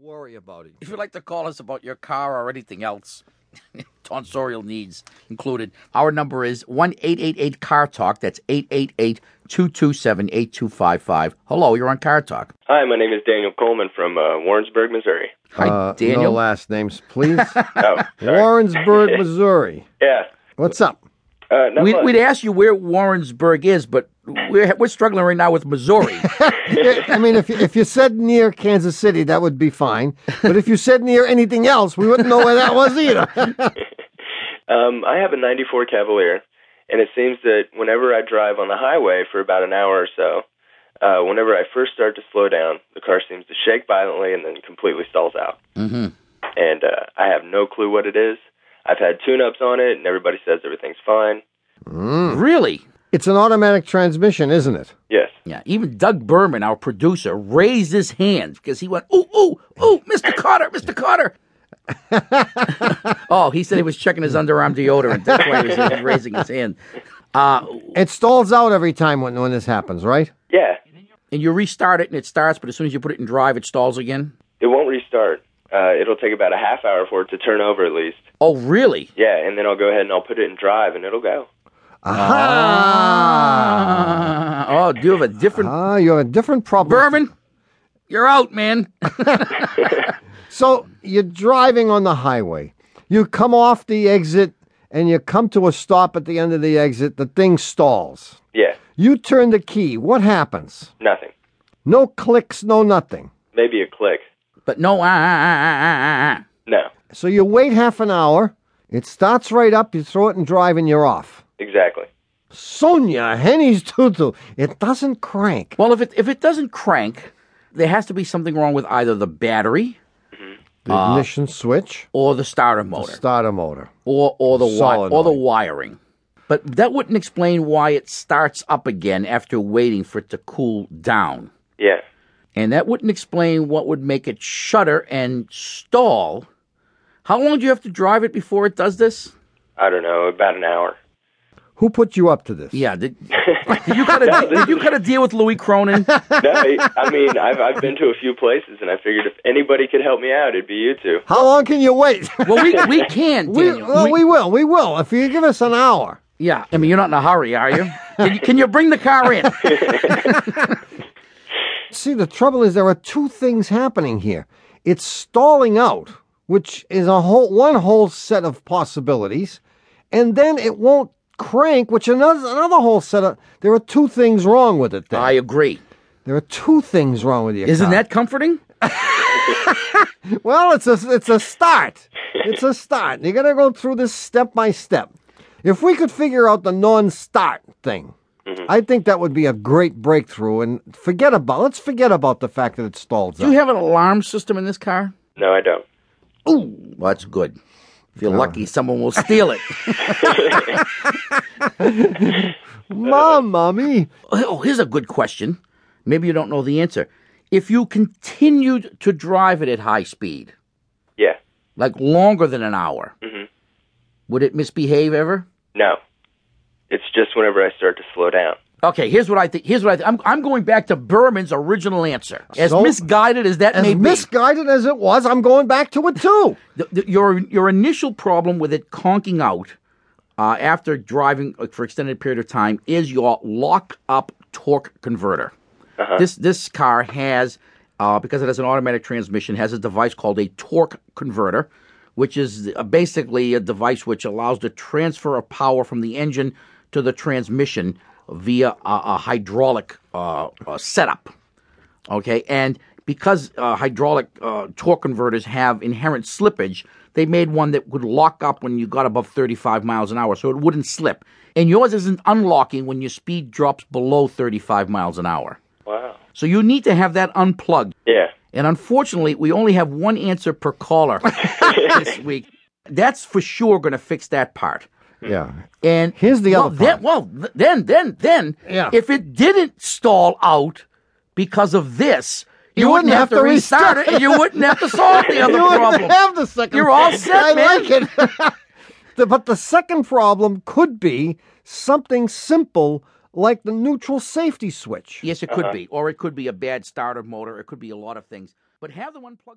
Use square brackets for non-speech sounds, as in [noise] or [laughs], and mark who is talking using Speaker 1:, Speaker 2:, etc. Speaker 1: worry about it.
Speaker 2: If you'd like to call us about your car or anything else, [laughs] tonsorial needs included, our number is 1 888 Car Talk. That's 888 227 8255. Hello, you're on Car Talk.
Speaker 3: Hi, my name is Daniel Coleman from uh, Warrensburg, Missouri.
Speaker 2: Hi,
Speaker 4: Uh,
Speaker 2: Daniel.
Speaker 4: No last names,
Speaker 2: [laughs]
Speaker 4: please.
Speaker 3: Oh, sorry.
Speaker 4: Warrensburg, Missouri.
Speaker 3: yeah.
Speaker 4: What's up?
Speaker 3: Uh, not
Speaker 2: we,
Speaker 3: much.
Speaker 2: would ask you where Warrensburg is, but we're, we're struggling right now with Missouri.
Speaker 4: I mean, if you, if you said near Kansas City, that would be fine. But if you said near anything else, we wouldn't know where that was either.
Speaker 3: Um, I have a 94 Cavalier, and it seems that whenever I drive on the highway for about an hour or so, uh, whenever I first start to slow down, the car seems to shake violently and then completely stalls out.
Speaker 2: Mhm.
Speaker 3: And uh, I have no clue what it is. I've had tune ups on it, and everybody says everything's fine.
Speaker 2: really?
Speaker 4: It's an automatic transmission, isn't it?
Speaker 3: Yes.
Speaker 2: Yeah, even Doug Berman, our producer, raised his hand because he went, ooh, ooh, ooh, Mr. Carter, Mr. Carter. [laughs] oh, he said he was checking his underarm deodorant. That's why he was uh, raising his hand. Uh,
Speaker 4: It stalls out every time when, when this happens, right?
Speaker 3: Yeah.
Speaker 2: and you restart it and it starts, but as soon as you put it in drive, it stalls again.
Speaker 3: It won't restart. Uh, it'll take about a half hour for it to turn over, at least.
Speaker 2: Oh, really?
Speaker 3: Yeah, and then I'll go ahead and I'll put it in drive, and it'll go.
Speaker 2: Uh-huh.
Speaker 4: Aha!
Speaker 2: Uh, oh, do you have a different.
Speaker 4: Ah, you have a different problem.
Speaker 2: Berman, you're out, man. [laughs]
Speaker 4: So you're driving on the highway. You come off the exit and you come to a stop at the end of the exit. The thing stalls.
Speaker 3: Yeah,
Speaker 4: You turn the key. What happens?
Speaker 3: nothing.
Speaker 4: No clicks, no nothing.
Speaker 3: Maybe a click.
Speaker 2: But no, ah, ah, ah, ah, ah.
Speaker 3: No,
Speaker 4: So you wait half an hour. It starts right up. You throw it in drive and you're off.
Speaker 3: exactly.
Speaker 4: Sonia Henny's tutu. It doesn't crank.
Speaker 2: Well, if it, if it doesn't crank, there has to be something wrong with either the battery
Speaker 4: The ignition switch,
Speaker 2: or the starter motor.
Speaker 4: starter motor.
Speaker 2: or or the wi-
Speaker 4: Solenoid.
Speaker 2: or the wiring. But that wouldn't explain why it starts up again after waiting for it to cool down.
Speaker 3: Yeah,
Speaker 2: And that wouldn't explain what would make it shudder and stall. How long do you have to drive it before it does this?
Speaker 3: I don't know, about an hour.
Speaker 4: Who put you up to this?
Speaker 2: Yeah, did, did [laughs] you cut a, did you cut a deal with Louis Cronin?
Speaker 3: No, I I mean, I've I've been to a few places, and I figured if anybody could help me out, it'd be you two.
Speaker 4: How long can you wait? [laughs]
Speaker 2: Well, we we can,
Speaker 4: we,
Speaker 2: Daniel.
Speaker 4: well, we will. We will. If you give us an hour.
Speaker 2: yeah, I mean, you're not in a hurry, are [laughs] you? Can you, can you bring the car in?
Speaker 4: See, the trouble is there are two things happening here. It's stalling out, which is a whole one whole set of possibilities, and then it won't crank, which another another whole set of. There are two things wrong with it.
Speaker 2: [laughs]
Speaker 4: Then
Speaker 2: I agree. Uh,
Speaker 4: there are two things wrong with your
Speaker 2: Isn't
Speaker 4: car.
Speaker 2: that comforting?
Speaker 4: Well, it's a it's a start. It's a start. You're gonna go through this step by step. If we could figure out the non-start thing,
Speaker 2: Mm-hmm.
Speaker 4: I think that would be a great breakthrough. And forget about let's forget about the fact that it stalls
Speaker 2: Do
Speaker 4: out.
Speaker 2: you have an alarm system in this car?
Speaker 3: No, I don't.
Speaker 2: Ooh, well, that's good. If you're lucky, someone will steal it.
Speaker 4: Mom, mommy.
Speaker 2: [laughs] oh, here's a good question. Maybe you don't know the answer. If you continued to drive it at high speed,
Speaker 3: Yeah,
Speaker 2: like longer than an hour,
Speaker 3: Mhm.
Speaker 2: would it misbehave ever?
Speaker 3: no. It's just whenever I start to slow down.
Speaker 2: Okay, here's what I think. Here's what I think. I'm, I'm going back to Berman's original answer. As
Speaker 4: So-
Speaker 2: misguided as that
Speaker 4: As
Speaker 2: may be,
Speaker 4: misguided as it was, I'm going back to it [laughs] too.
Speaker 2: th- th- your your initial problem with it conking out uh, after driving uh, for extended period of time is your locked up torque converter. This this car has uh, because it has an automatic transmission has a device called a torque converter, which is uh, basically a device which allows the transfer of power from the engine to the transmission via a, a hydraulic uh, uh, setup. Okay, and because uh, hydraulic uh, torque converters have inherent slippage, they made one that would lock up when you got above 35 miles an hour, so it wouldn't slip. And yours isn't unlocking when your speed drops below 35 miles an hour.
Speaker 3: Wow.
Speaker 2: So you need to have that unplugged.
Speaker 3: Yeah.
Speaker 2: And unfortunately, we only have one answer per caller this week. That's for sure going to fix that part.
Speaker 4: yeah.
Speaker 2: And
Speaker 4: Here's the
Speaker 2: well,
Speaker 4: other
Speaker 2: Then, well, th- then, then, then,
Speaker 4: Yeah.
Speaker 2: if it didn't stall out because of this, you,
Speaker 4: wouldn't have to
Speaker 2: restart
Speaker 4: restart
Speaker 2: it, and you wouldn't have to solve the other
Speaker 4: [laughs] You
Speaker 2: problem.
Speaker 4: wouldn't have the second.
Speaker 2: You're all set,
Speaker 4: I
Speaker 2: man.
Speaker 4: like
Speaker 2: [laughs]
Speaker 4: it. The- but the second problem could be something simple like the neutral safety switch.
Speaker 2: Yes, it could be, or it could be a bad starter motor. It could be a lot of things. But have the one plugged.